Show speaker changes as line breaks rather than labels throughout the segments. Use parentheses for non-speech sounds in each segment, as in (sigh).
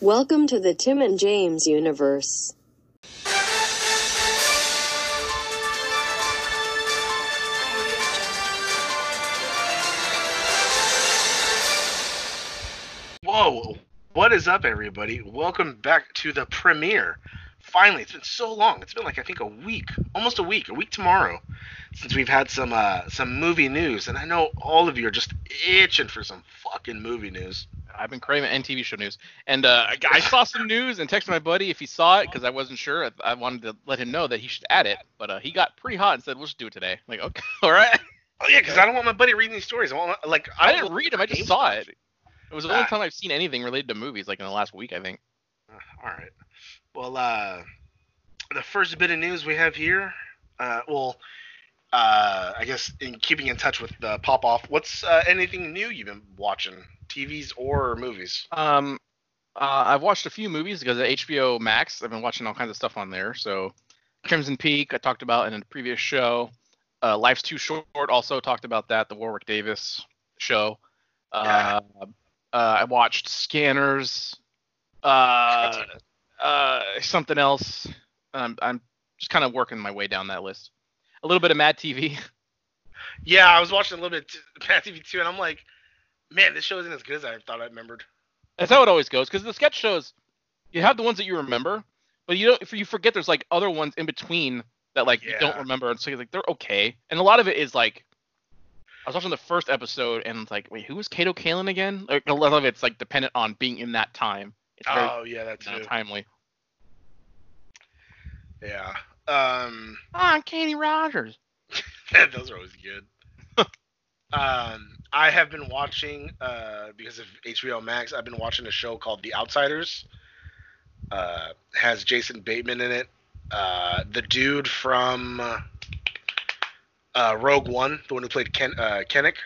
Welcome to the Tim and James universe.
Whoa! What is up, everybody? Welcome back to the premiere. Finally, it's been so long. It's been like I think a week, almost a week, a week tomorrow, since we've had some uh, some movie news. And I know all of you are just itching for some fucking movie news.
I've been craving and TV show news. And uh, I- I saw some news and texted my buddy if he saw it because I wasn't sure. I, I wanted to let him know that he should add it, but uh, he got pretty hot and said, "We'll just do it today." I'm like, okay, (laughs) all right.
Oh yeah, because I don't want my buddy reading these stories. I want my- like
I didn't read him. I just saw it. It was the only
Ah.
time I've seen anything related to movies, like in the last week, I think.
Uh, All right. Well, uh, the first bit of news we have here, uh, well, uh, I guess in keeping in touch with the pop off, what's uh, anything new you've been watching, TVs or movies?
Um, uh, I've watched a few movies because of HBO Max. I've been watching all kinds of stuff on there. So, Crimson Peak, I talked about in a previous show. Uh, Life's Too Short, also talked about that. The Warwick Davis show. Uh, uh, I watched Scanners. Uh, uh, something else. Um, I'm just kind of working my way down that list. A little bit of Mad (laughs) TV.
Yeah, I was watching a little bit of Mad TV too, and I'm like, man, this show isn't as good as I thought I remembered.
That's how it always goes. Because the sketch shows, you have the ones that you remember, but you don't. If you forget, there's like other ones in between that like you don't
Yeah.
remember, and so you're like they're okay. And a lot of it is like, I was watching the first episode and it's like, wait, who was Kato Kalin again? Like a lot of it's like dependent on being in that time. It's very
Oh yeah, that
uh,
too.
timely.
Yeah. Um,
Oh, I'm Katie Rogers.
(laughs) those are always good. um, I have been watching uh, because of HBO Max. I've been watching a show called The Outsiders. Uh, has Jason Bateman in it. Uh, the dude from uh, Rogue One, the one who played Ken uh, Kennick.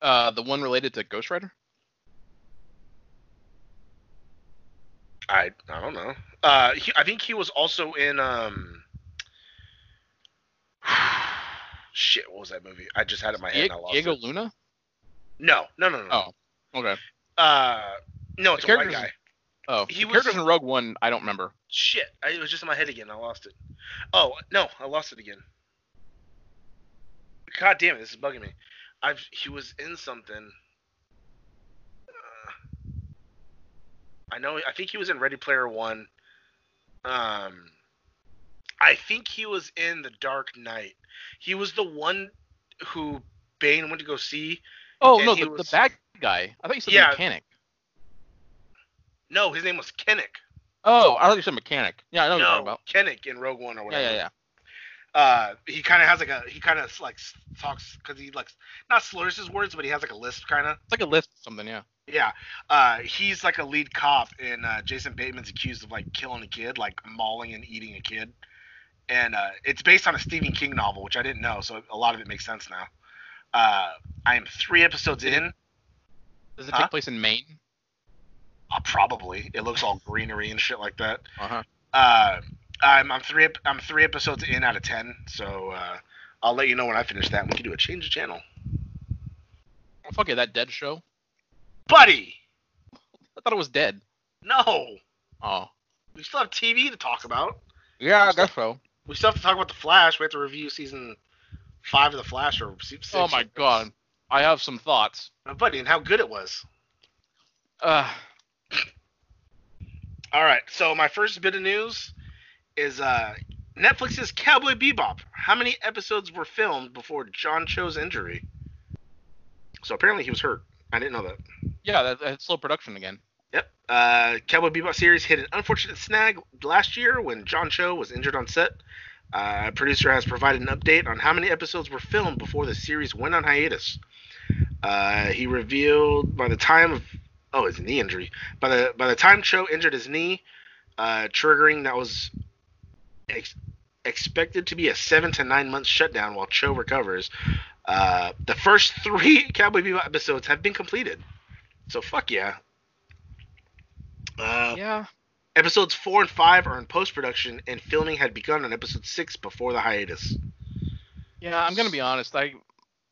Uh, the one related to Ghost Rider.
I I don't know. Uh, he, I think he was also in um. (sighs) Shit, what was that movie? I just had it in my head. and I
Dieg-
lost
Diego
it.
Luna.
No, no, no, no. no.
Oh, okay.
Uh, no, it's
oh. The
a white guy.
characters- Oh,
He
the
was-
characters in Rogue One. I don't remember.
Shit, I, it was just in my head again. I lost it. Oh no, I lost it again. God damn it, this is bugging me. I've he was in something. Uh, I know. I think he was in Ready Player One. Um, I think he was in The Dark Knight. He was the one who Bane went to go see.
Oh
And
no,
he
the,
was-
the bad guy. I thought you said
Yeah.
the mechanic.
No, his name was Kennick.
Oh, I thought you said mechanic. Yeah, I know what you're talking
No,
about.
Kennick in Rogue One or
Yeah,
whatever.
yeah, yeah.
uh he kind of has like a he kind of like s- talks because he like not slurs his words but he has like a lisp kind of
It's like a list or something, yeah.
yeah uh he's like a lead cop and uh jason bateman's accused of like killing a kid like mauling and eating a kid and uh it's based on a stephen king novel which i didn't know so a lot of it makes sense now uh i am three episodes in
Does it
Huh?
take place in Maine?
uh, probably it looks all greenery and shit like that
Uh-huh.
uh i'm, I'm three ep- i'm three episodes in out of ten so uh i'll let you know when i finish that and we can do a change of channel
Well, Oh, fuck it, that dead show?
buddy
I thought it was dead.
No,
Oh.
we still have TV to talk about.
Yeah, I guess so.
We still have to talk about the Flash. We have to review season five of the Flash or se- six.
Oh my god. I have some thoughts.
my buddy, and how good it was.
Uh
All right, so my first bit of news is uh, Netflix's Cowboy Bebop. How many episodes were filmed before John Cho's injury? So apparently he was hurt. I didn't know that.
yeah, that, that's slow production again.
Yep. Uh, Cowboy Bebop series hit an unfortunate snag last year when John Cho was injured on set. Uh, producer has provided an update on how many episodes were filmed before the series went on hiatus. Uh, he revealed by the time of oh, it's a knee injury. By the by the time Cho injured his knee, uh, triggering that was ex- expected to be a seven to nine month shutdown while Cho recovers. Uh, the first three (laughs) Cowboy Bebop episodes have been completed. So fuck yeah. Uh,
yeah.
Episodes four and five are in post production, and filming had begun on episode six before the hiatus.
Yeah, I'm gonna be honest. I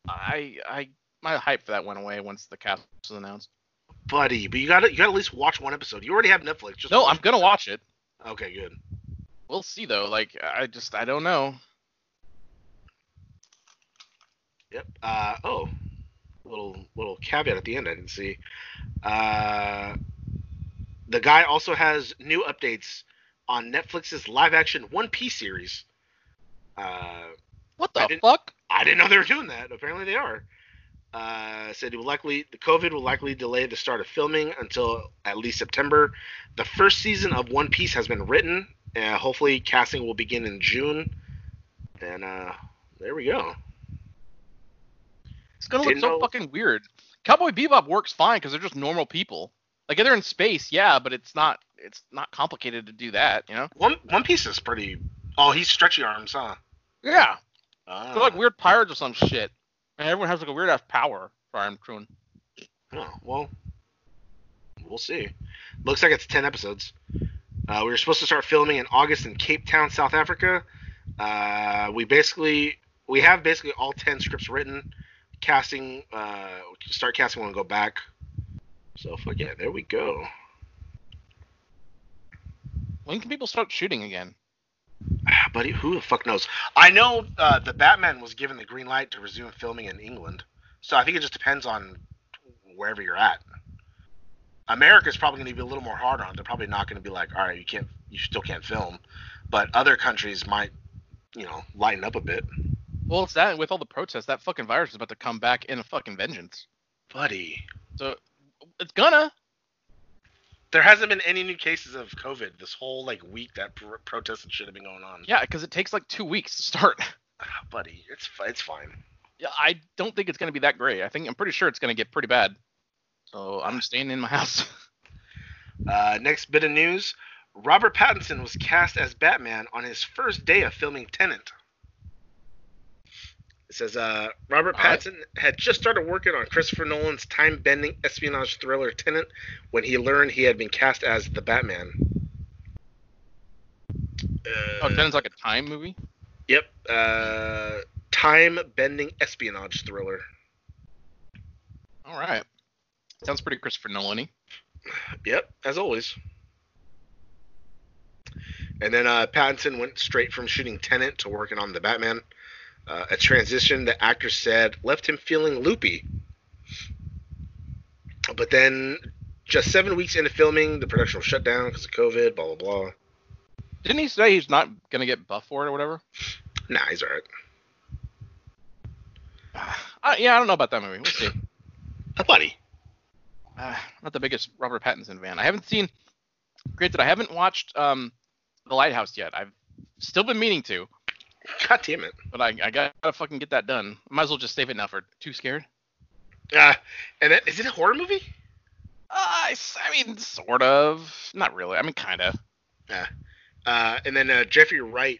I I my hype for that went away once the cast was announced.
buddy. But you gotta you gotta at least watch one episode. You already have Netflix. Just
No,
watch
I'm gonna watch it.
it. Okay, good.
We'll see though. Like I just I don't know.
Yep. Uh, oh, little little caveat at the end. I didn't see. Uh, the guy also has new updates on Netflix's live-action One Piece series. Uh,
What
I
the
didn't-
fuck?
I didn't know they were doing that. Apparently, they are. Uh, said it will likely the COVID will likely delay the start of filming until at least September. The first season of One Piece has been written. Uh, hopefully, casting will begin in June. And uh, there we go.
It's gonna look
Didn't
so
know-
fucking weird. Cowboy Bebop works fine because they're just normal people. Like they're in space, yeah, but it's not it's not complicated to do that, you know?
One One Piece is pretty. Oh, he's stretchy arms, huh?
Yeah.
Ah.
They're like weird pirates or some shit. And everyone has like a weird ass power. Sorry, I'm crewing.
Oh, well, we'll see. Looks like it's 10 episodes. Uh, we were supposed to start filming in August in Cape Town, South Africa. Uh, we basically we have basically all 10 scripts written. Casting uh, start casting when we go back. So fuck yeah, there we go.
When can people start shooting again?
Ah, (sighs) Buddy, who the fuck knows? I know uh, the Batman was given the green light to resume filming in England, so I think it just depends on wherever you're at. America's probably going to be a little more hard on. it. They're probably not going to be like, all right, you can't, you still can't film, but other countries might, you know, lighten up a bit.
Well, it's that and with all the protests, that fucking virus is about to come back in a fucking vengeance.
Buddy,
So it's gonna.
there hasn't been any new cases of COVID this whole like week that pr- protests and shit have been going on.
Yeah, because it takes like two weeks to start. (laughs)
Ah, buddy, it's fi- it's fine.
Yeah, I don't think it's gonna be that great. I think I'm pretty sure it's gonna get pretty bad. So I'm staying in my house. (laughs)
Uh, next bit of news: Robert Pattinson was cast as Batman on his first day of filming Tenant. It says uh, Robert
All right.
Pattinson had just started working on Christopher Nolan's time-bending espionage thriller Tenant when he learned he had been cast as the Batman. Uh,
oh, Denon's like a time movie.
Yep. Uh, time-bending espionage thriller.
All right. Sounds pretty Christopher Nolan.
Yep, as always. And then uh, Pattinson went straight from shooting Tenant to working on the Batman. Uh, a transition the actor said left him feeling loopy. But then, just seven weeks into filming, the production was shut down because of COVID. Blah blah blah.
Didn't he say he's not gonna get buff for it or whatever? (sighs)
Nah, he's alright.
Uh, yeah, I don't know about that movie. We'll see. (sighs)
Buddy.
uh, not the biggest Robert Pattinson fan. I haven't seen. Granted, I haven't watched um, The Lighthouse yet. I've still been meaning to,
God damn it.
but I, I gotta fucking get that done. Might as well just save it now for too scared.
Uh, and that, is it a horror movie?
Uh, I, s- I mean, sort of. Not really. I mean, kind of.
Uh, and then uh, Jeffrey Wright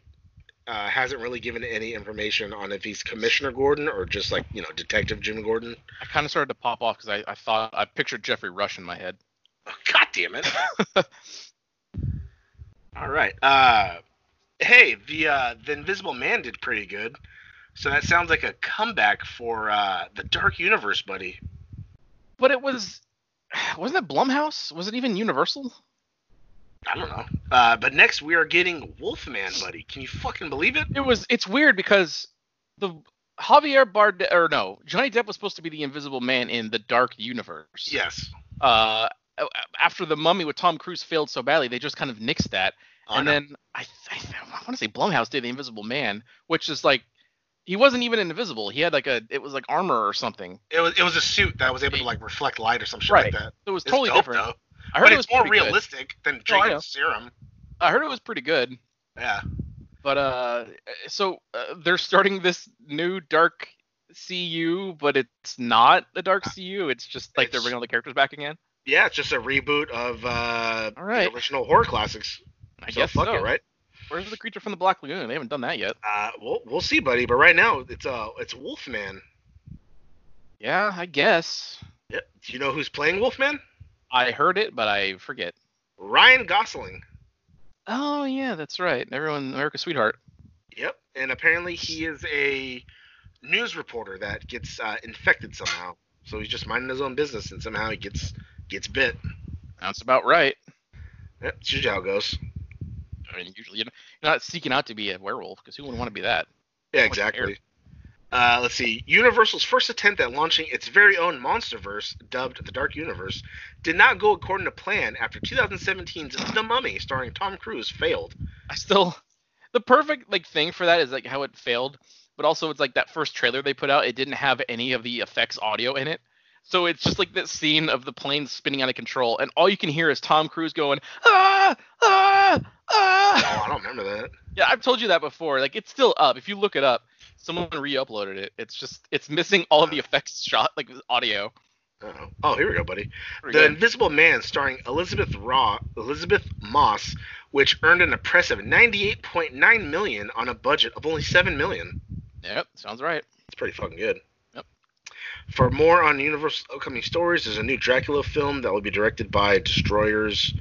uh, hasn't really given any information on if he's Commissioner Gordon or just like you know Detective Jim Gordon.
I kind of started to pop off because I, I thought I pictured Jeffrey Rush in my head.
(laughs) God damn it. All right. Uh, hey, the uh, the Invisible Man did pretty good. So that sounds like a comeback for uh, the Dark Universe, buddy.
But it was. (sighs) Wasn't it Blumhouse? Was it even Universal?
I don't know. Uh, but next we are getting Wolfman, buddy. Can you fucking believe it?
It was. It's weird because the Javier Bardem or no Johnny Depp was supposed to be the Invisible Man in the Dark Universe.
Yes.
uh, after the Mummy with Tom Cruise failed so badly, they just kind of nixed that.
Oh,
and
no.
then I, I, I want to say Blumhouse did the Invisible Man, which is like he wasn't even invisible. He had like a it was like armor or something.
it was it was a suit that was able to like reflect light or some shit
Right.
like that.
So it was
It's
totally
dope,
different.
though.
I heard
But
it
it's
was
more
pretty good. Oh,
realistic than
I
drinking
know.
serum.
I heard it was pretty good.
Yeah.
But uh, so uh, they're starting this new dark CU, but it's not a dark CU. It's just like they're
It's-
bringing all the characters back again.
Yeah, it's just a reboot of uh,
All right.
the original horror classics.
I
so
guess
fuck
so.
it, right?
Where's the creature from the Black Lagoon? They haven't done that yet.
Uh, we'll we'll see, buddy. But right now, it's uh, it's Wolfman.
Yeah, I guess.
Yep. Do you know who's playing Wolfman?
I heard it, but I forget.
Ryan Gosling.
Oh yeah, that's right. Everyone, America's sweetheart.
Yep. And apparently, he is a news reporter that gets uh, infected somehow. So he's just minding his own business, and somehow he gets gets bit.
That's about right.
Yep, it's usually how it goes.
I mean, usually you're not seeking out to be a werewolf because who would want to be that?
Yeah,
Much hair.
exactly. Uh, let's see. Universal's first attempt at launching its very own MonsterVerse, dubbed the Dark Universe, did not go according to plan after 2017's The Mummy, starring Tom Cruise, failed.
I still (laughs) the perfect like thing for that is like how it failed, but also it's like that first trailer they put out, it didn't have any of the effects audio in it. So it's just like that scene of the plane spinning out of control, and all you can hear is Tom Cruise going ah ah
Oh,
ah. (laughs)
I don't remember that.
Yeah, I've told you that before. Like it's still up. If you look it up, someone re-uploaded it. It's just it's missing all of the effects shot like audio.
Oh, oh, here we go, buddy.
Pretty
The
good.
Invisible Man, starring Elizabeth Raw, Elizabeth Moss, which earned an impressive 98.9 million on a budget of only 7 million.
Yep, sounds right.
It's pretty fucking good.
Yep.
For more on Universal's upcoming stories, there's a new Dracula film that will be directed by Destroyers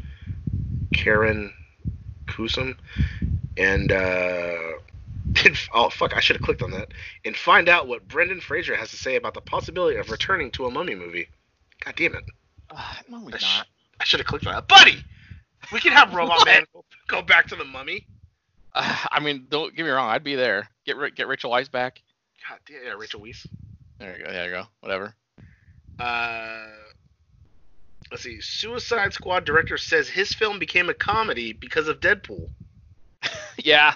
Karen Kusum. And, uh. (laughs) oh, fuck, I should have clicked on that. And find out what Brendan Fraser has to say about the possibility of returning to a mummy movie. God damn it.
Uh, (sighs) no, we're
I sh-
not.
I should have clicked on that. Buddy! We can have Robot
(laughs) What?
Man go- go back to the mummy.
Uh, (sighs) I mean, don't get me wrong. I'd be there. Get Ra- get Rachel Weisz back.
God damn yeah, Rachel Weisz.
There you go. There you go. Whatever.
Uh, let's see. Suicide Squad director says his film became a comedy because of Deadpool.
Yeah.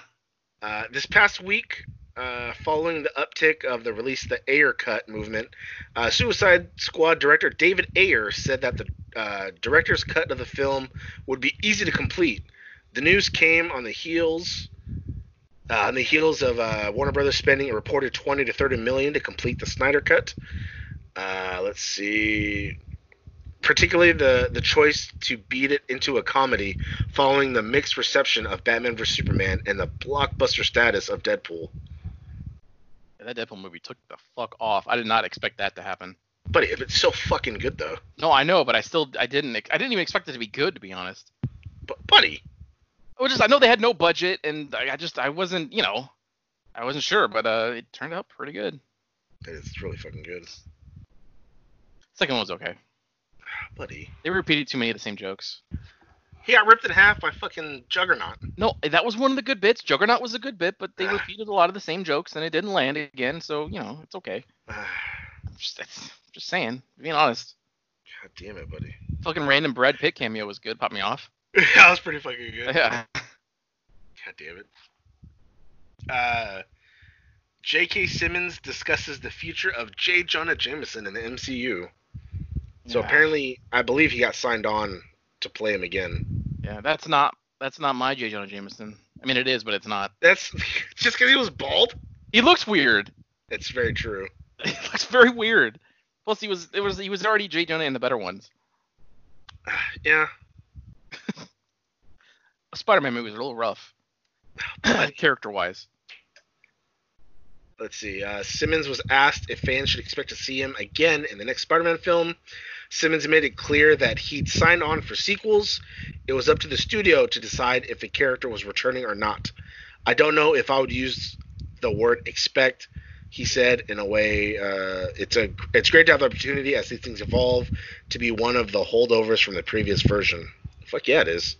Uh, this past week, uh, following the uptick of the release the Ayer cut movement, uh, Suicide Squad director David Ayer said that the uh, director's cut of the film would be easy to complete. The news came on the heels. Uh, on the heels of uh, Warner Brothers spending a reported 20 to 30 million to complete the Snyder cut, uh, let's see, particularly the the choice to beat it into a comedy, following the mixed reception of Batman vs Superman and the blockbuster status of Deadpool.
That Deadpool movie took the fuck off. I did not expect that to happen.
Buddy, if it's so fucking good though,
No, I know, but I still I didn't ex- I didn't even expect it to be good to be honest.
but buddy,
It was just I know they had no budget and I, I just I wasn't you know I wasn't sure, but uh, it turned out pretty good.
it's really fucking good,
Second one was okay.
buddy.
They repeated too many of the same jokes.
He got ripped in half by fucking Juggernaut. (sighs)
No, that was one of the good bits. Juggernaut was a good bit, but they
Ah.
repeated a lot of the same jokes and it didn't land again. So you know it's okay.
God
I'm just that's, just saying, being honest.
damn it, buddy. (laughs)
Fucking random Brad Pitt cameo was good. Popped me off. (laughs)
that was pretty fucking good.
Yeah.
God damn it. Uh, J.K. Simmons discusses the future of J. Jonah Jameson in the MCU. So
Yeah.
apparently, I believe he got signed on to play him again.
Yeah, that's not that's not my J. Jonah Jameson. I mean, it is, but it's not.
That's (laughs) just because he was bald.
He looks weird. (laughs)
It's very true.
He looks very weird. Plus, he was it was he was already J. Jonah in the better ones.
Yeah.
Spider-Man movies are a little rough,
But
(clears throat) character-wise.
let's see. Uh, Simmons was asked if fans should expect to see him again in the next Spider-Man film. Simmons made it clear that he'd sign on for sequels. It was up to the studio to decide if the character was returning or not. I don't know if I would use the word expect. He said, in a way, uh, it's a it's great to have the opportunity as these things evolve to be one of the holdovers from the previous version. Fuck yeah, it is.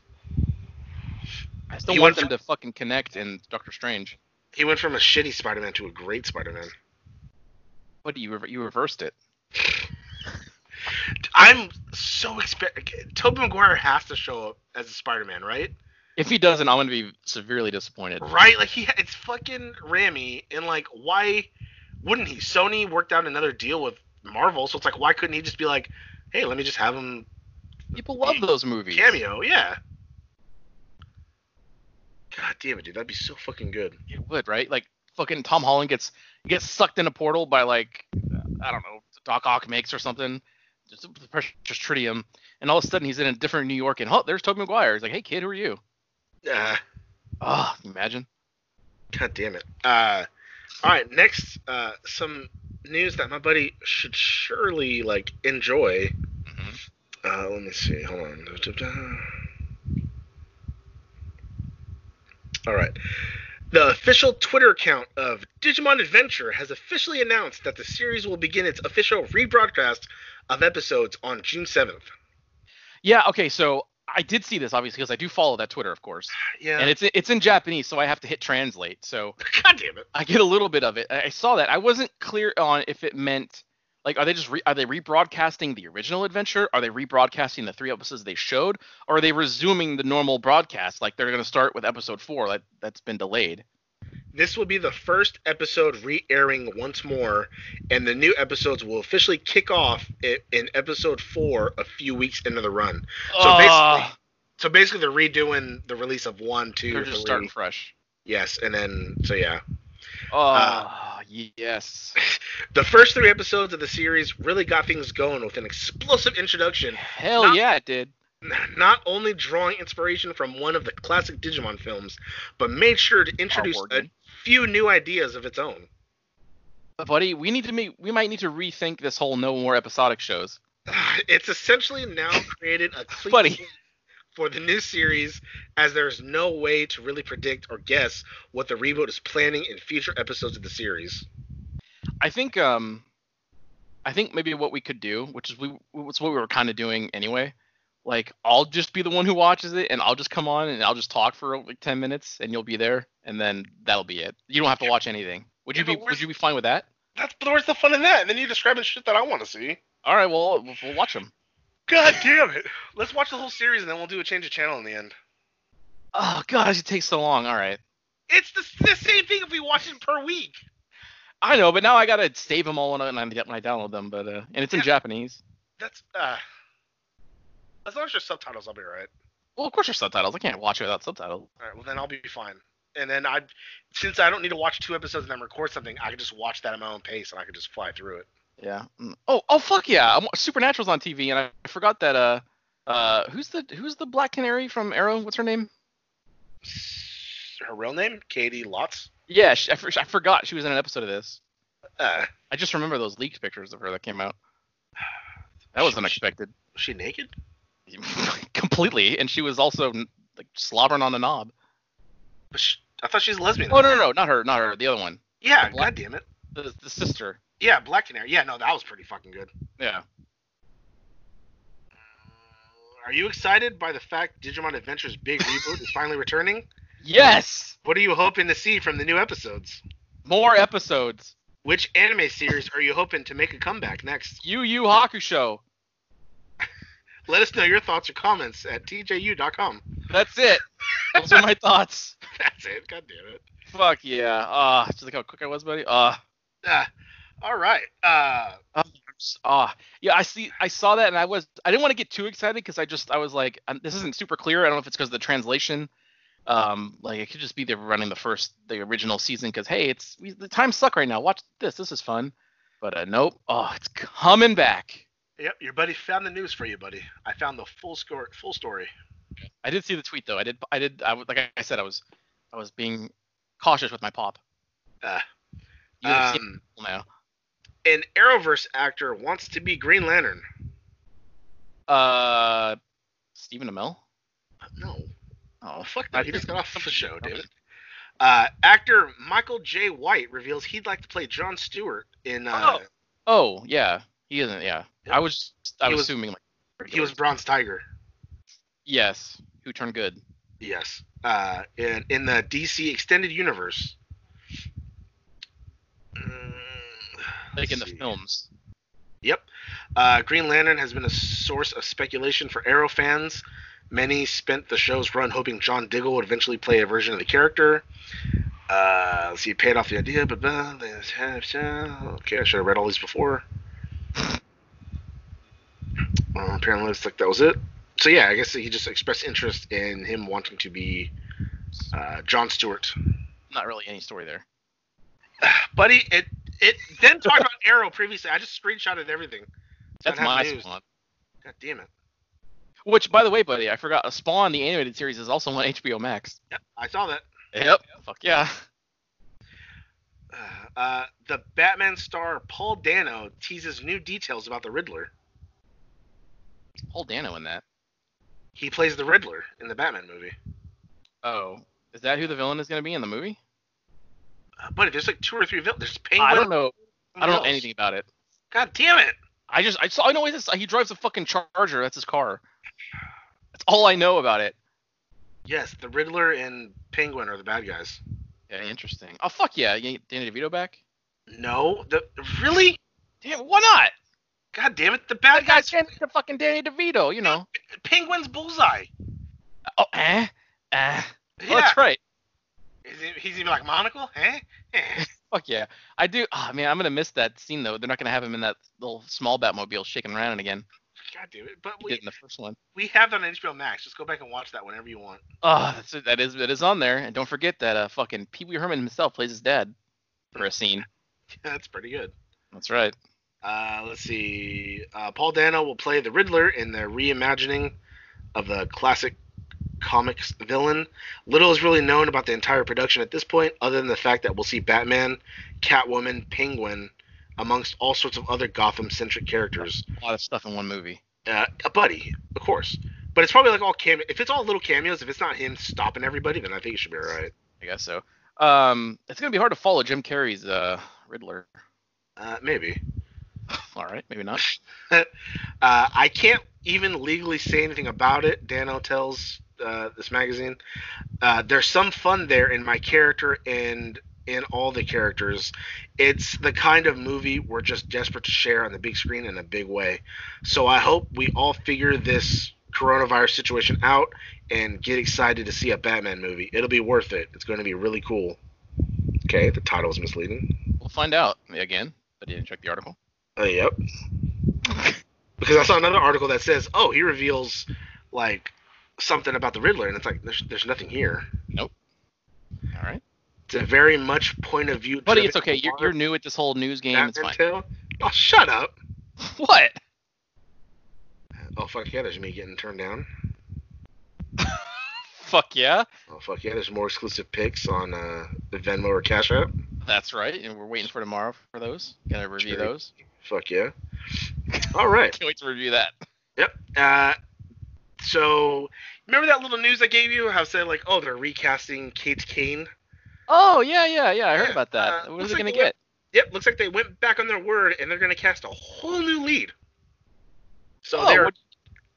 I still
You
want
want
them to fucking connect in Doctor Strange.
He went from a shitty Spider-Man to a great Spider-Man.
What do you rever- you reversed it?
I'm so expect. Tobey Maguire has to show up as a Spider-Man, right?
If he doesn't, I'm gonna be severely disappointed.
Right? Like he, it's fucking Rami, and like, why wouldn't he? Sony worked out another deal with Marvel, so it's like, why couldn't he just be like, hey, let me just have him
People love those movies.
cameo? Yeah. God damn it, dude, that'd be so fucking good.
It would, right? Like fucking Tom Holland gets gets sucked in a portal by like I don't know Doc Ock makes or something, just the precious tritium, and all of a sudden he's in a different New York and oh there's Tobey Maguire. He's like, hey kid, who are you?
Uh,
Ah, imagine.
God damn it. Uh, all right, next, uh, some news that my buddy should surely like enjoy.
Mhm.
Uh, let me see. Hold on. All right. The official Twitter account of Digimon Adventure has officially announced that the series will begin its official rebroadcast of episodes on June 7th.
Yeah. Okay. So I did see this obviously because I do follow that Twitter, of course,
Yeah.
and it's it's in Japanese, so I have to hit translate. So
God damn it.
I get a little bit of it. I I saw that. I wasn't clear on if it meant like are they just re- are they rebroadcasting the original adventure? Are they rebroadcasting the three episodes they showed? Or are they resuming the normal broadcast? Like they're going to start with episode four, like that's been delayed.
This will be the first episode re airing once more, and the new episodes will officially kick off in, in episode four a few weeks into the run. So
Ugh,
So basically, they're redoing the release of one, two,
they're just
three.
starting fresh.
Yes, and then, so yeah.
Oh
Uh,
yes.
The first three episodes of the series really got things going with an explosive introduction,
Hell
not-
yeah, it did.
not only drawing inspiration from one of the classic Digimon films, but made sure to introduce a
Morgan.
few new ideas of its own.
Buddy, we need to make we might need to rethink this whole no more episodic shows.
(sighs) It's essentially (laughs) now created a clean
Buddy.
slate for the new series, as there's no way to really predict or guess what the reboot is planning in future episodes of the series.
I think um, I think maybe what we could do, which is we, it's what we were kind of doing anyway. Like I'll just be the one who watches it, and I'll just come on and I'll just talk for like ten minutes, and you'll be there, and then that'll be it. You don't have to watch anything. Would you
Yeah, but
be
where's-
Would you be fine with that?
That's but where's the fun in that? And then you're describing shit that I want to see.
All right, well we'll, we'll watch them.
God damn it! Let's watch the whole series and then we'll do a change of channel in the end.
Oh gosh, it takes so long. All right,
It's the, the same thing if we watch it per week.
I know, but now I gotta save them all when I, when I when I download them. But uh, and it's in
Yeah.
Japanese.
That's uh. As long as there's subtitles, I'll be alright.
Well, of course there's subtitles. I can't watch it without subtitles.
All right, well then I'll be fine. And then I, since I don't need to watch two episodes and then record something, I can just watch that at my own pace and I can just fly through it.
Yeah. Mm. Oh, oh fuck yeah. I'm, Supernatural's on TV and I forgot that uh uh who's the who's the Black Canary from Arrow? What's her name?
Her real name, Katie Lotz.
Yeah, she, I, for- I forgot she was in an episode of this.
Uh,
I just remember those leaked pictures of her that came out. That was
She- she-
unexpected. (laughs)
was she naked?
Completely, and she was also like slobbering on the knob.
But she, I thought she's a lesbian.
Oh no, no, no, not her, not her, the other one,
Yeah, god
Black-
damn it.
the, the sister.
Yeah, Black Canary. Yeah, no, that was pretty fucking good.
Yeah.
Are you excited by the fact Digimon Adventure's big reboot is finally returning?
Yes,
What are you hoping to see from the new episodes?
more episodes.
Which anime series are you hoping to make a comeback next?
Yu Yu Hakusho.
Let us know your thoughts or comments at tju.com.
That's it. Those are my thoughts.
(laughs) That's it. God damn it.
Fuck yeah. Ah, just like how quick I was, buddy. Ah.
Uh, all right. Uh,
Ah, yeah, I see. I saw that, and I was, I didn't want to get too excited because I just, I was like, um, this isn't super clear. I don't know if it's because of the translation. Um, like it could just be they're running the first, the original season because hey, it's we, the time suck right now. Watch this. This is fun. But uh, nope. Oh, it's coming back.
yep, your buddy found the news for you, buddy. I found the full score, full story.
I did see the tweet though. I did. I did. I was like I said, I was, I was being cautious with my pop.
Uh,
You have seen
um,
it now.
an Arrowverse actor wants to be Green Lantern.
Uh, Stephen Amell.
No.
Oh,
Oh, fuck
I
that. He
think-
just got off the show, David. Uh, actor Michael J. White reveals he'd like to play John Stewart in. Uh,
Oh. Oh yeah, he isn't. Yeah,
Yeah.
I was. I
He
was,
was-
assuming like
He was Bronze Tiger.
Yes, who turned good?
Yes. Uh, in in the DC extended universe. Mm,
Like in the
let's see.
films.
Yep. Uh, Green Lantern has been a source of speculation for Arrow fans. Many spent the show's run hoping John Diggle would eventually play a version of the character. Uh, let's see, paid off the idea, but uh, blah, blah, blah, blah. okay, I should have read all these before. Uh, apparently, looks like that was it. So yeah, I guess he just expressed interest in him wanting to be uh, John Stewart.
Not really any story there.
Buddy, it it then talked about Arrow previously. I just screenshotted everything. So
That's
I don't have
my
news.
Spawn.
God damn it.
Which, by the way, buddy, I forgot. A Spawn, the animated series, is also on HBO Max.
Yep, I saw that.
Yep. Fuck yeah.
Uh, the Batman star Paul Dano teases new details about the Riddler.
Paul Dano in that.
He plays the Riddler in the Batman movie.
Oh, is that who the villain is gonna be in the movie?
Uh, buddy, there's like two or three villains. There's Penguin.
I don't know.
and
I don't know
else.
anything about it.
God damn it!
I just I saw. I know he's just, he drives a fucking Charger. That's his car. That's all I know about it.
Yes, the Riddler and Penguin are the bad guys.
Yeah, interesting. Oh fuck yeah, you get Danny DeVito back?
No, the really?
Damn, why not?
God damn it, the bad
That guy's
guys.
the fucking Danny DeVito, you know.
Penguin's bullseye.
Oh, eh, eh. Oh,
Yeah,
That's right.
Is he- he's even like monocle, eh?
(laughs)
Eh.
Fuck yeah. I do. Oh man, I'm gonna miss that scene though. They're not gonna have him in that little small Batmobile shaking around again.
God damn it! But
He
we
did in the first one.
we have that on HBO Max. Just go back and watch that whenever you want. (laughs)
Oh, that's it. That is that is on there. And don't forget that uh fucking Pee Wee Herman himself plays his dad for a scene.
That's pretty good.
That's right.
Uh, let's see. Uh, Paul Dano will play the Riddler in the reimagining of the classic comics villain. Little is really known about the entire production at this point, other than the fact that we'll see Batman, Catwoman, Penguin, amongst all sorts of other Gotham-centric characters.
A lot of stuff in one movie.
Uh, a buddy, of course. But it's probably like all cameo. If it's all little cameos, if it's not him stopping everybody, then I think it should be all right.
I guess so. Um, it's gonna be hard to follow Jim Carrey's uh Riddler. (laughs)
Uh, maybe.
All right, maybe not.
Uh, I can't even legally say anything about it. Dano tells uh, this magazine. Uh, there's some fun there in my character and in all the characters. It's the kind of movie we're just desperate to share on the big screen in a big way. So I hope we all figure this coronavirus situation out and get excited to see a Batman movie. It'll be worth it. It's going to be really cool. Okay, the title is misleading.
We'll find out again. But you didn't check the article. (laughs)
Uh, yep. because I saw another article that says, "Oh, he reveals like something about the Riddler," and it's like there's there's nothing here.
All right,
It's a very much point of view.
buddy,
driven
it's okay. You're, you're new at this whole news game. It's
Batman
fine.
tale. Oh, shut up!
(laughs) What?
Oh fuck yeah, there's me getting turned down.
Fuck yeah.
Oh fuck yeah, there's more exclusive picks on uh, the Venmo or Cash App.
That's right. And we're waiting for tomorrow for those. Gotta review
Sure.
those. (laughs)
Fuck yeah. All right.
Can't wait to review that.
Yep. Uh, so remember that little news I gave you? How it said like, oh, they're recasting Kate Kane.
Oh yeah, yeah, yeah. I heard
Yeah,
about that.
uh, looks
what is it
like
gonna
the
get?
Yep, looks like they went back on their word and they're going to cast a whole new lead. So
oh,
they're
what-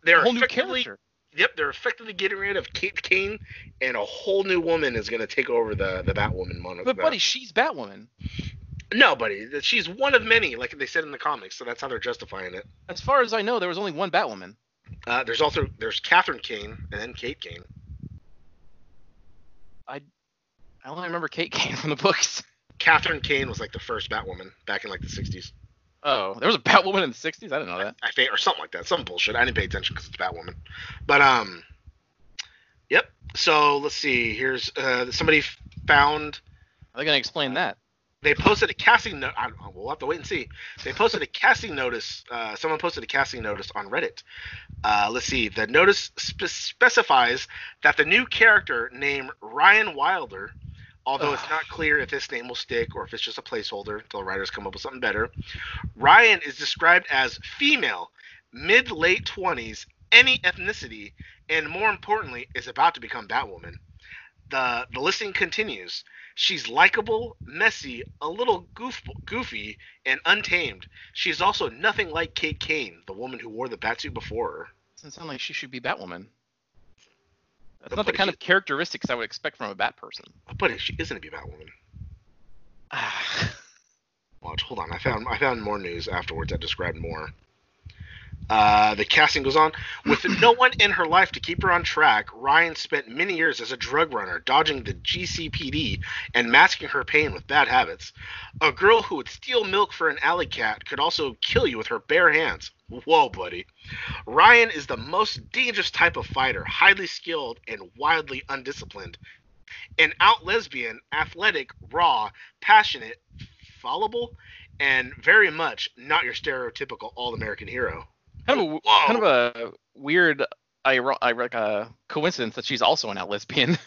they're
a whole new
effectively
character.
yep they're effectively getting rid of Kate Kane and a whole new woman is going to take over the the Batwoman mono.
But buddy, she's Batwoman.
no, buddy, that- she's one of many, like they said in the comics. So that's how they're justifying it.
As far as I know, there was only one Batwoman.
Uh, there's also there's Catherine Kane and then Kate Kane.
I only remember Kate (laughs) Kane from the books.
Catherine Kane was like the first Batwoman back in like the 60s,
Oh, there was a Batwoman in the '60s. I didn't know that.
I think, or something like that. Some bullshit. I didn't pay attention because it's Batwoman. But um, yep. So let's see. Here's uh, somebody found
Are they gonna explain that?
they posted a casting note. We'll have to wait and see. They posted a casting notice. Uh, someone posted a casting notice on Reddit. Uh, let's see. The notice spe- specifies that the new character named Ryan Wilder, although it's
Ugh.
not clear if this name will stick or if it's just a placeholder until writers come up with something better. Ryan is described as female, mid late twenties, any ethnicity, and more importantly, is about to become Batwoman. The the listing continues. She's likable, messy, a little goof, goofy, and untamed. She's also nothing like Kate Kane, the woman who wore the batsuit before her.
Doesn't sound like she should be Batwoman.
But
That's not the
buddy,
kind
she-
of characteristics I would expect from a Bat (sighs) person.
But she isn't a be Batwoman.
Ah,
Watch, hold on. I found I found more news afterwards that described more. Uh, the casting goes on. With no one in her life to keep her on track, Ryan spent many years as a drug runner, dodging the GCPD and masking her pain with bad habits. A girl who would steal milk for an alley cat could also kill you with her bare hands. Whoa, buddy. Ryan is the most dangerous type of fighter, highly skilled and wildly undisciplined. An out lesbian, athletic, raw, passionate, fallible, and very much not your stereotypical all American hero.
kind of a
Whoa.
kind of a weird iro- ironic uh, coincidence that she's also an out lesbian.
Uh,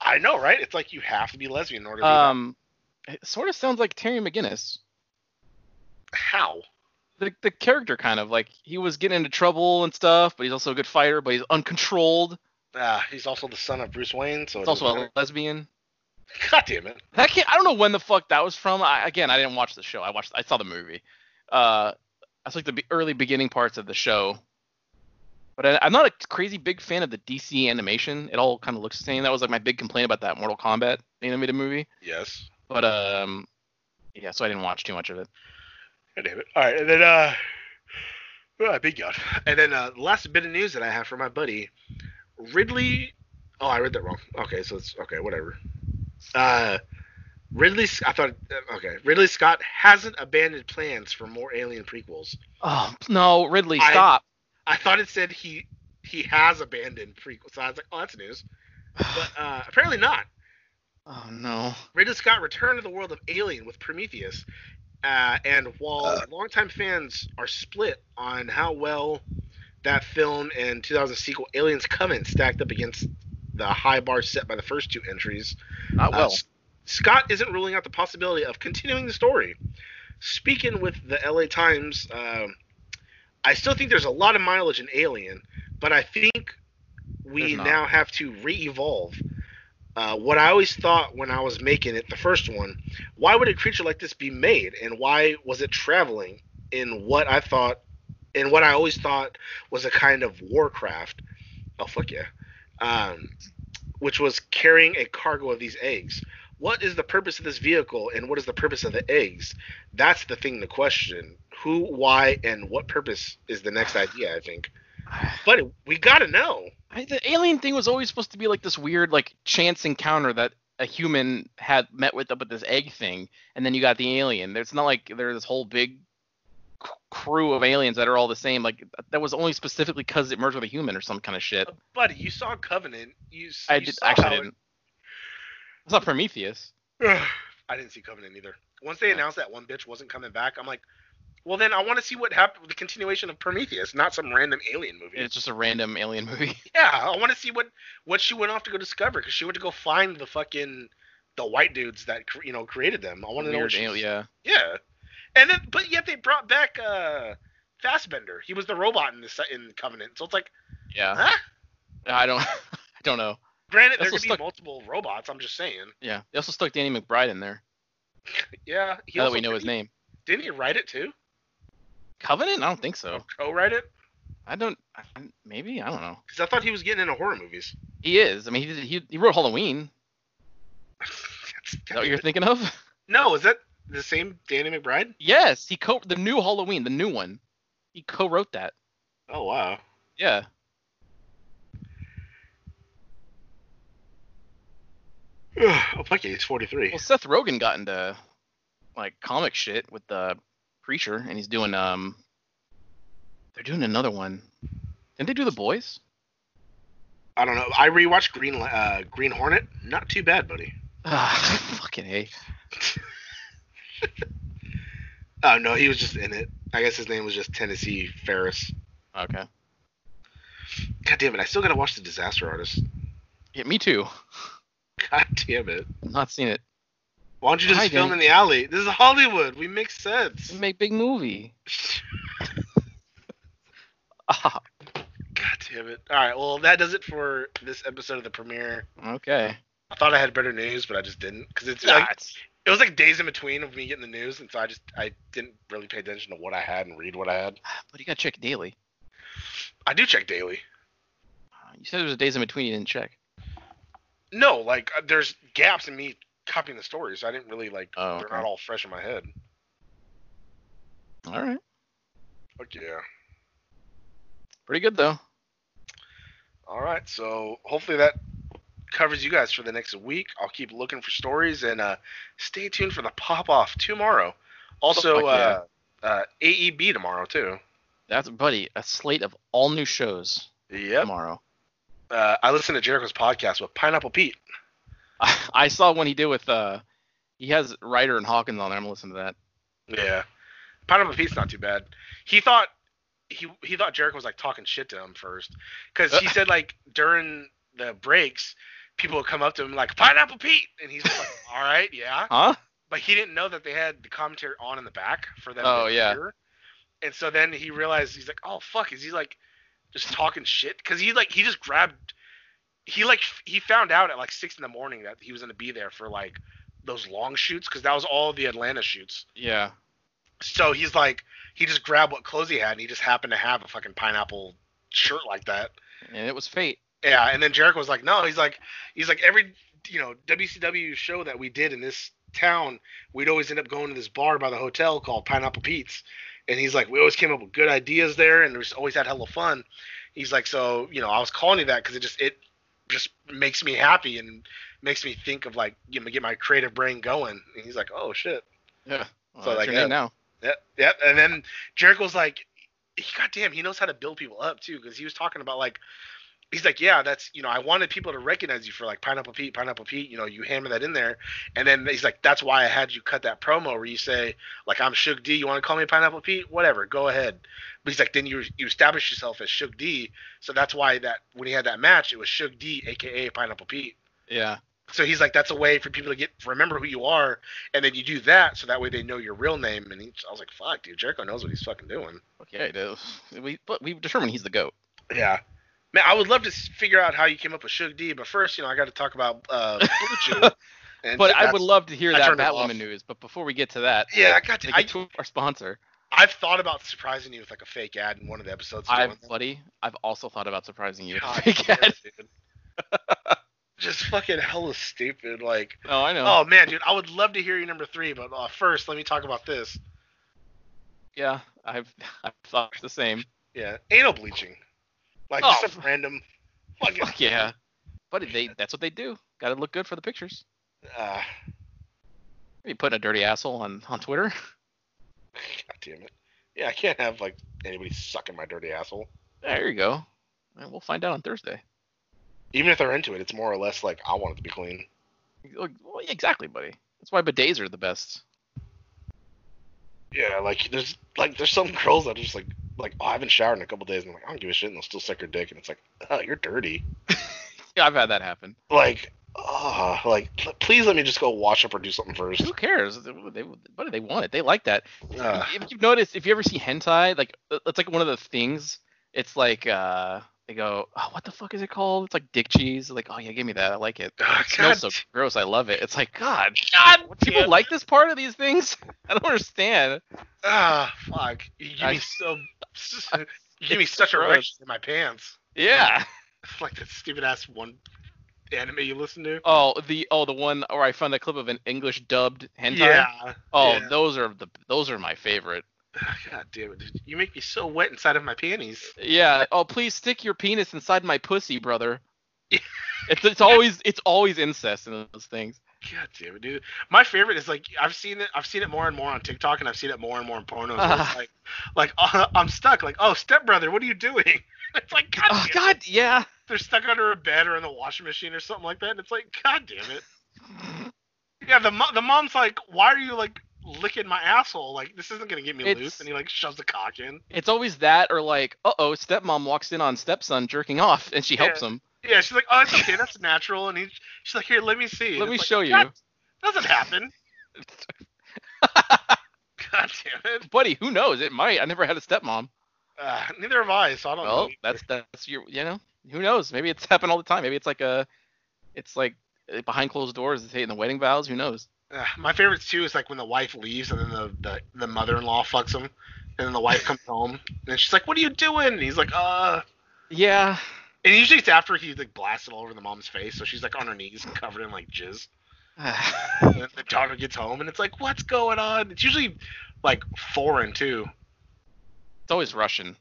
I know, right? It's like you have to be lesbian in order to um,
Um, it sort of sounds like Terry McGinnis.
be that. How?
The, the character kind of like he was getting into trouble and stuff, but he's also a good fighter, but he's uncontrolled.
Uh, he's also the son of Bruce Wayne, so
He's
it
also
doesn't
a
matter.
lesbian.
God damn it.
That can't, I don't know when the fuck that was from. I, again, I didn't watch the show. I watched. I saw the movie. Uh, that's like the be- early beginning parts of the show, but But I, I'm not a crazy big fan of the DC animation. It all kind of looks the same. That was like my big complaint about that Mortal Kombat animated movie.
Yes.
But um, yeah, so I didn't watch too much of it.
God damn it. All right, and then uh, oh, big god. And then uh, the last bit of news that I have for my buddy, Ridley. Oh, I read that wrong. Okay, so it's okay, whatever. Uh, Ridley. S- I thought uh, okay, Ridley Scott hasn't abandoned plans for more Alien prequels.
Oh no, Ridley,
I- (sighs)
stop!
I thought it said he he has abandoned prequels. So I was like, oh, that's news. But uh, apparently not.
oh no.
Ridley Scott returned to the world of Alien with Prometheus, uh, and while
Uh.
longtime fans are split on how well that film and 2000 sequel Aliens Covenant stacked up against the high bar set by the first two entries,
Not
uh,
Oh, well.
S- Scott isn't ruling out the possibility of continuing the story. Speaking with the LA Times, um, I still think there's a lot of mileage in Alien, but I think we
There's not.
now have to re evolve. Uh, what I always thought when I was making it, the first one, why would a creature like this be made, and why was it traveling in what I thought, in what I always thought was a kind of warcraft? Oh fuck yeah! Um, which was carrying a cargo of these eggs. What is the purpose of this vehicle and what is the purpose of the eggs? That's the thing to question. Who, why, and what purpose is the next idea, I think. But it- we gotta know.
I, the alien thing was always supposed to be like this weird like chance encounter that a human had met with up at this egg thing, and then you got the alien. It's not like there's this whole big c- crew of aliens that are all the same. Like that was only specifically because it merged with a human or some kind of shit.
Buddy, you saw Covenant. You, s-
I
you
did
saw
actually
how it-
didn't. It's not Prometheus.
(sighs) I didn't see Covenant either. Once they
Yeah.
announced that one bitch wasn't coming back, I'm like, well, then I want to see what happened with the continuation of Prometheus, not some random alien movie.
It's just a random alien movie.
Yeah, I want to see what what she went off to go discover because she went to go find the fucking the white dudes that cr- you know created them. I
(laughs)
want to know what
Weird
she's,
alien. Yeah.
yeah. And then, but yet they brought back uh Fassbender. He was the robot in the se- in Covenant, so it's like,
Yeah.
huh?
I don't. (laughs) I don't know.
Granted,
That's
there
what
could be
stuck-
multiple robots. I'm just saying.
Yeah. They also stuck Danny McBride in there.
Yeah. He
now that
also-
we know
didn't
his
he-
name.
Didn't he write it too?
Covenant? I don't think so.
Co-write it?
I don't. I, maybe I don't know.
Because I thought he was getting into horror movies. (laughs)
He is. I mean, he did, he, he wrote Halloween.
That's-
Is that what you're thinking of? (laughs)
No, is that the same Danny McBride?
yes, he co the new Halloween, the new one. He co-wrote that.
Oh wow. (sighs)
Yeah.
oh fuck it, he's 43.
Well, Seth Rogen got into like comic shit with the preacher, and he's doing um. They're doing another one. Didn't they do the boys? (sighs)
I don't know. I rewatched Green Lan- uh, Green Hornet. Not too bad, buddy.
Ah, fucking hey.
Oh no, he was just in it. I guess his name was just Tennessee Ferris.
Okay.
God damn it! I still gotta watch The Disaster Artist. (laughs)
Yeah, me too.
God damn it!
Not seen it.
Why don't you just
Hi,
film
Dan.
in the alley? This is Hollywood. We make sense.
They (laughs) Make big movie. Ah,
(laughs) God damn it! All right, well that does it for this episode of the premiere.
okay.
I thought I had better news, but I just didn't because it's
Nah,
like,
it's-
it was like days in between of me getting the news, and so I just I didn't really pay attention to what I had and read what I had.
(sighs) but you gotta check daily.
I do check daily.
You said there was days in between you didn't check.
No, like uh, there's gaps in me copying the stories. so I didn't really like
Oh,
they're
okay.
not all fresh in my head.
All right.
Fuck yeah.
Pretty good though.
All right, so hopefully that covers you guys for the next week. I'll keep looking for stories and uh, stay tuned for the pop off tomorrow. Also,
Fuck
uh, uh, AEB tomorrow too.
That's buddy, a slate of all new shows
Yep.
tomorrow. (laughs)
Uh, I listened to Jericho's podcast with Pineapple Pete.
I, I saw one he did with uh he has Ryder and Hawkins on there. I'm gonna listen to that.
Yeah, Pineapple Pete's not too bad. He thought he he thought Jericho was like talking shit to him first, because (laughs) he said like during the breaks, people would come up to him like Pineapple Pete, and he's (laughs) just like, all right, yeah.
Huh?
but he didn't know that they had the commentary on in the back for them.
Oh,
to
yeah.
hear. And so then he realized he's like, oh fuck, is he like just talking shit? Because he like he just grabbed, he like f- he found out at like six in the morning that he was gonna be there for like those long shoots because that was all the Atlanta shoots.
Yeah.
So he's like, he just grabbed what clothes he had and he just happened to have a fucking pineapple shirt like that.
and it was fate.
Yeah, and then Jericho was like, no, he's like, he's like every you know WCW show that we did in this town, we'd always end up going to this bar by the hotel called Pineapple Pete's, and he's like, we always came up with good ideas there, and we just always had hella fun. He's like, so you know, I was calling you that because it just it just makes me happy and makes me think of like you know get my creative brain going. And he's like, oh shit,
Yeah. Well,
So,
that's
like,
your name
yeah.
now.
yep, yep. And then Jericho's like, he, goddamn, he knows how to build people up too, because he was talking about like, he's like, yeah, that's you know, I wanted people to recognize you for like Pineapple Pete, Pineapple Pete. You know, you hammer that in there, and then he's like, that's why I had you cut that promo where you say like, I'm Shug D. You want to call me Pineapple Pete? Whatever, go ahead. But he's like, then you you establish yourself as Shug D. So that's why that when he had that match, it was Shug D, aka Pineapple Pete.
Yeah.
So he's like, that's a way for people to get remember who you are, and then you do that, so that way they know your real name. And he, I was like, fuck, dude, Jericho knows what he's fucking doing.
Okay, it is. We but we determined he's the goat.
Yeah, man, I would love to s- figure out how you came up with Shug D, but first, you know, I got to talk about
(laughs)
uh, Blue Chew. And
But I
that's-
would love to hear
I
that
turned it off.
Batwoman news. But before we get to that,
Yeah, I got. To,
take
I,
it to our sponsor.
I've thought about surprising you with like a fake ad in one of the episodes.
I, (laughs) buddy, I've also thought about surprising you. (laughs)
God damn
Again.
it, dude. (laughs) Just fucking hella stupid. Like,
oh, I know.
oh man, dude, I would love to hear your number three, but uh, first, let me talk about this.
Yeah, I've (laughs) I've thought the same.
Yeah, anal bleaching. Like
Oh.
just a random. Fucking,
(laughs) Fuck yeah. But they that's what they do. Got to look good for the pictures.
Uh,
You putting a dirty asshole on on Twitter? (laughs)
God damn it. Yeah, I can't have like anybody sucking my dirty asshole.
There you go. And we'll find out on Thursday.
Even if they're into it, it's more or less like I want it to be clean.
Well, yeah, exactly, buddy. That's why bidets are the best.
Yeah, like there's like there's some girls that are just like like oh, I haven't showered in a couple days and I'm like I don't give a shit and they'll still suck your dick and it's like oh you're dirty.
Yeah, I've had that happen.
Like oh like pl- please let me just go wash up or do something first.
Who cares? They, they, buddy, they want it. They like that.
Uh,
if you've noticed, if you ever see hentai, like that's like one of the things. It's like uh, they go, oh, what the fuck is it called? It's like dick cheese. Like, oh yeah, give me that. I like it.
God,
It smells so
God,
gross. I love it. It's like God.
God
People
damn.
like this part of these things. (laughs) I don't understand.
ah fuck you give
I-
me
(laughs)
so you give me such a rush in my pants
Yeah.
(laughs) like that stupid ass one anime you listen to.
Oh, the oh the one where I found a clip of an English dubbed hentai.
Yeah. (sighs)
Oh,
yeah.
those are the those are my favorite.
God damn it, dude. You make me so wet inside of my panties.
Yeah. Oh, please stick your penis inside my
(laughs)
pussy, brother.
Yeah.
it's it's always it's always incest in those things.
God damn it, dude. My favorite is like I've seen it I've seen it more and more on TikTok and I've seen it more and more in pornos. where it's
Ah.
like like (laughs) uh, I'm stuck, like, oh stepbrother, what are you doing? (laughs) It's like God,
Oh
damn
God,
It.
yeah.
They're stuck under a bed or in the washing machine or something like that, and it's like, God damn it. Yeah, the mo- the mom's like, Why are you like licking my asshole? Like this isn't gonna get me
It's-
loose and he like shoves the cock in.
It's always that or like, uh oh, stepmom walks in on stepson jerking off and she helps him.
Yeah, she's like, Oh, it's okay, that's natural and he she's like, Here, let me see.
Let
And
me
it's like,
show you.
"That doesn't
(laughs)
happen. God damn it.
Buddy, who knows? It might. I never had a stepmom.
Uh, neither have I, so I don't know.
Well, that's that's your you know, who knows? Maybe it's (laughs) happened all the time. Maybe it's like a it's like uh, behind closed doors, it's in the wedding vows, who knows?
Uh, my favorite too is like when the wife leaves and then the, the, the mother-in-law fucks him, and then the wife comes home and she's like, "What are you doing?" And he's like, "Uh."
(sighs) Yeah.
And usually it's after he's like blasted all over the mom's face, so she's like on her knees covered in like jizz. And then the daughter gets home and it's like, "What's going on?" It's usually like foreign too.
It's always Russian.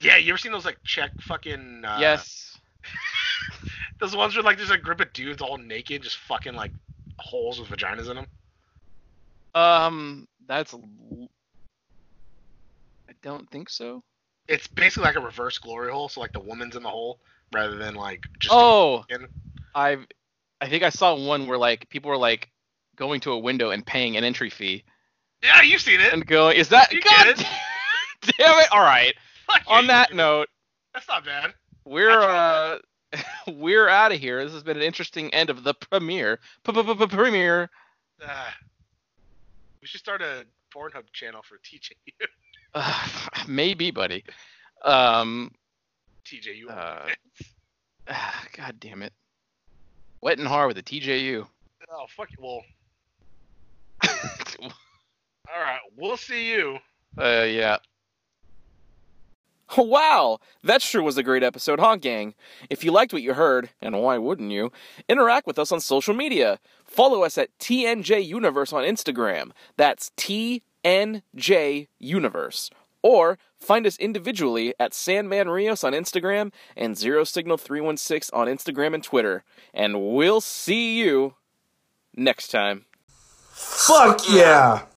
Yeah, you ever seen those like Czech fucking? Uh,
yes.
Those ones where like there's a group of dudes all naked, just fucking like holes with vaginas in them.
Um that's l- I don't think so.
It's basically like a reverse glory hole, so like the woman's in the hole rather than like just.
Oh,
in.
I've I think I saw one where like people were like going to a window and paying an entry fee
Yeah, you've seen it.
and going, is that
You
God
get it.
(laughs) damn it? All right.
Fuck yeah,
On
you
that
did.
note,
that's not bad.
we're
I
uh (laughs) we're out of here. This has been an interesting end of the premiere. Premiere. (sighs)
Uh, we should start a Pornhub channel for TJU.
Uh, maybe, buddy. Um
TJU.
Uh. (sighs) ah, God damn it. Wet and hard with
(laughs)
the (laughs) TJU.
(laughs) oh fuck it. Well, all right. We'll see you.
uh yeah. (laughs) Wow, that sure was a great episode, huh, gang? If you liked what you heard, and why wouldn't you, interact with us on social media. Follow us at TNJ Universe on Instagram. That's TNJ Universe. Or find us individually at Sandman Rios on Instagram and Zero Signal 316 on Instagram and Twitter. And we'll see you next time.
Fuck yeah.